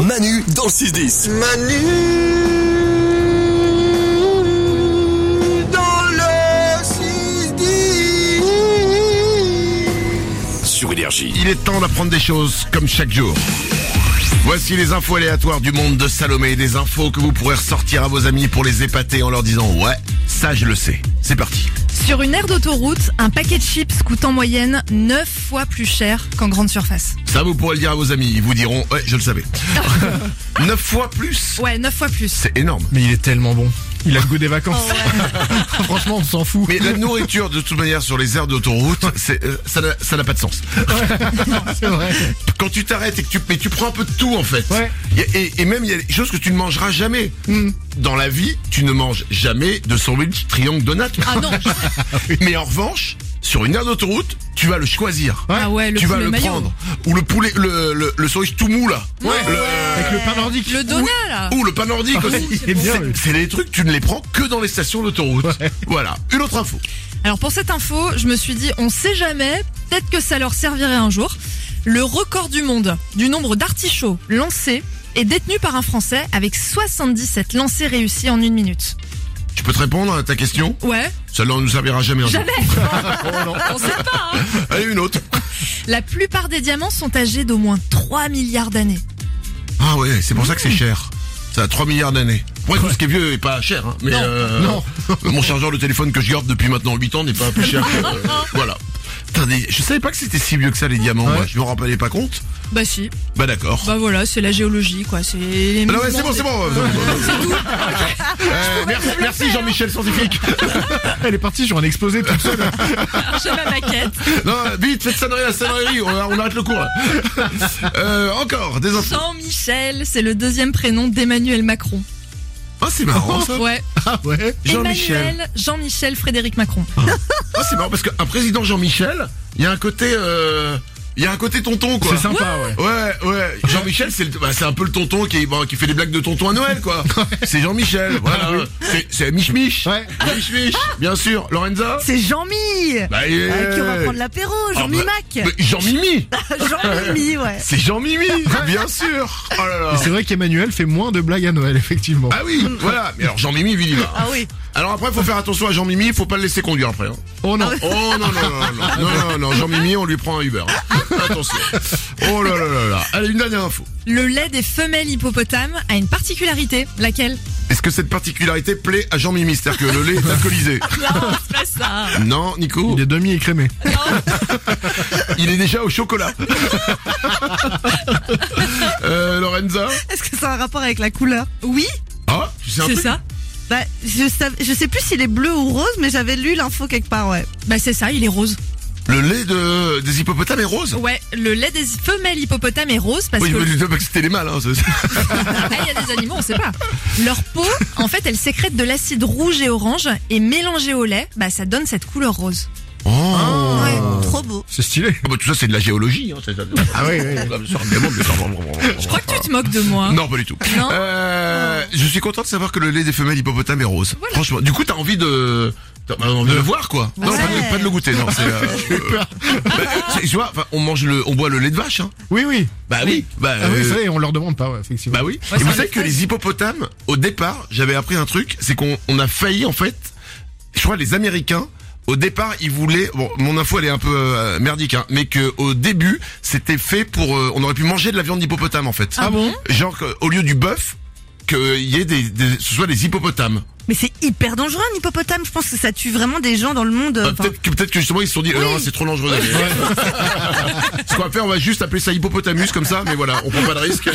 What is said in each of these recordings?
Manu dans le 6-10. Manu dans le 6 Sur Énergie. Il est temps d'apprendre des choses comme chaque jour. Voici les infos aléatoires du monde de Salomé, des infos que vous pourrez ressortir à vos amis pour les épater en leur disant ouais, ça je le sais. C'est parti. Sur une aire d'autoroute, un paquet de chips coûte en moyenne 9 fois plus cher qu'en grande surface. Ça vous pourrez le dire à vos amis, ils vous diront ouais, je le savais. Neuf fois plus. Ouais, 9 fois plus. C'est énorme. Mais il est tellement bon. Il a le goût des vacances. Franchement, on s'en fout. Mais la nourriture de toute manière sur les aires d'autoroute, c'est euh, ça n'a- ça n'a pas de sens. C'est vrai. Quand tu t'arrêtes et que tu mais tu prends un peu de tout en fait. Ouais. Y a- Et, et même il y a des choses que tu ne mangeras jamais. Dans la vie, tu ne manges jamais de sandwich triangle donut. Ah non Mais en revanche, sur une aire d'autoroute, tu vas le choisir. Ah ouais, le tu vas poulet le mayo. prendre. Ou le poulet, le, le, le sandwich tout mou là. Le- Avec le pain nordique. Le donut là Ou le pain nordique aussi. Il est bien, lui. C'est- C'est des trucs, tu ne les prends que dans les stations d'autoroute. Voilà. Une autre info. Alors pour cette info, je me suis dit, on sait jamais, peut-être que ça leur servirait un jour. Le record du monde du nombre d'artichauts lancés est détenu par un Français avec 77 lancés réussis en une minute. Je peux te répondre à ta question Ouais, Celle-là, on ne nous servira jamais. un jour. jamais Oh On sait pas hein. Allez, une autre. La plupart des diamants sont âgés d'au moins 3 milliards d'années. Ah ouais, c'est pour ça que Mmh. c'est cher. Ça a 3 milliards d'années. Moi, tout ce qui est vieux est pas cher, hein, mais Non. euh, Non. mon chargeur de téléphone que je garde depuis maintenant 8 ans n'est pas plus cher. que, euh, voilà. Attendez, je savais pas que c'était si vieux que ça les diamants. Ouais. moi. Je m'en rappelais pas compte. Bah si, Bah d'accord. bah voilà, c'est la géologie quoi, c'est les Ah non, ouais, mouvements c'est bon, des- c'est bon. euh, euh, merci, merci Jean-Michel scientifique. Elle est partie sur un explosé toute seule. J'ai ma maquette. non, vite, faites sonnerie la sonnerie. On, on arrête le cours. là. Euh, encore des infos. Jean-Michel, c'est le deuxième prénom d'Emmanuel Macron. Ah c'est marrant ça. Ouais. Ah ouais. Jean-Michel. Emmanuel, Jean-Michel, Frédéric Macron. Ah c'est marrant parce qu'un président Jean-Michel, il y a un côté, euh, il y a un côté tonton quoi. C'est sympa, ouais. Ouais, ouais. Jean-Michel, c'est le- bah, c'est un peu le tonton qui, bon, qui fait des blagues de tonton à Noël, quoi. C'est Jean-Michel, voilà. C'est- C'est Mich Mich. Ouais. Mich Mich, bien sûr. Lorenza C'est Jean-Mi bah, il est- Ah, Avec qui on va prendre l'apéro, Jean-Mi bah, Mac mais Jean-Mimi Jean-Mimi, ouais C'est Jean-Mimi, bien sûr. Oh là là. Et C'est vrai qu'Emmanuel fait moins de blagues à Noël, effectivement. Ah oui, voilà. Mais alors Jean-Mimi, lui, il y va. Ah oui Alors après, faut faire attention à Jean-Mimi, faut pas le laisser conduire après. hein. Oh non. Oh non, non, non, non, non, non, non, non. Jean-Mimi, on lui prend un Uber. hein. Attention. Oh là là là là. Allez, une dernière info. Le lait des femelles hippopotames a une particularité. Laquelle Est-ce que cette particularité plaît à Jean-Mimi C'est-à-dire que le lait est alcoolisé Non, c'est pas ça. Non, Nico Il est demi-écrémé. Il est déjà au chocolat. euh, Lorenza Est-ce que ça a un rapport avec la couleur Oui, Ah, tu sais un c'est truc ça. Bah, je, sav- je sais plus s'il est bleu ou rose, mais j'avais lu l'info quelque part, ouais. Bah c'est ça, il est rose. Le lait de, des hippopotames est rose Ouais, le lait des femelles hippopotames est rose parce Oui, que mais dis pas que c'était les mâles. Hein, ça- Ah, il y a des animaux, on sait pas. Leur peau, en fait, elle sécrète de l'acide rouge et orange et mélangé au lait, bah ça donne cette couleur rose. Oh Ouais, trop beau. C'est stylé. Ah bah, Tout ça, c'est de la géologie. Hein, c'est- Ah oui, oui. Je crois que tu te moques de moi. Non, pas du tout. Hein Non. Euh, je suis content de savoir que le lait des femelles hippopotames est rose. Franchement, du coup, t'as envie de... t'as envie de le voir quoi Non, Ouais. pas, de, pas de le goûter. Non, c'est. euh, bah, c'est- tu vois, enfin, on mange le, on boit le lait de vache. Hein. Oui, oui. Bah oui. Bah, Ah oui, euh, c'est vrai, on leur demande pas, ouais, effectivement. Bah oui. Ouais, et c'est vous un savez que effet. les hippopotames, au départ, j'avais appris un truc, c'est qu'on on a failli en fait. Je crois les Américains. Au départ, ils voulaient. Bon, mon info elle est un peu euh, merdique, hein, mais que au début, c'était fait pour. euh, on aurait pu manger de la viande d'hippopotame en fait. Ah bon Genre que, au lieu du bœuf, qu'il y ait des, des- ce soit des hippopotames. Mais c'est hyper dangereux un hippopotame, je pense que ça tue vraiment des gens dans le Ah, monde. Bah, enfin. peut-être que peut-être que justement ils se sont dit, euh, non, c'est trop dangereux. d'aller. ce qu'on va faire, on va juste appeler ça hippopotamus comme ça, mais voilà, on prend pas de risque.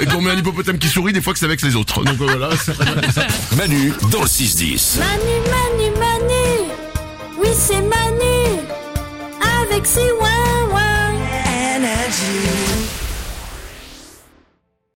Et qu'on met un hippopotame qui sourit, des fois que c'est avec les autres. Donc euh, voilà. c'est- Manu dans le 6-10. Manu, Manu, Manu, oui c'est Manu, avec Siwan.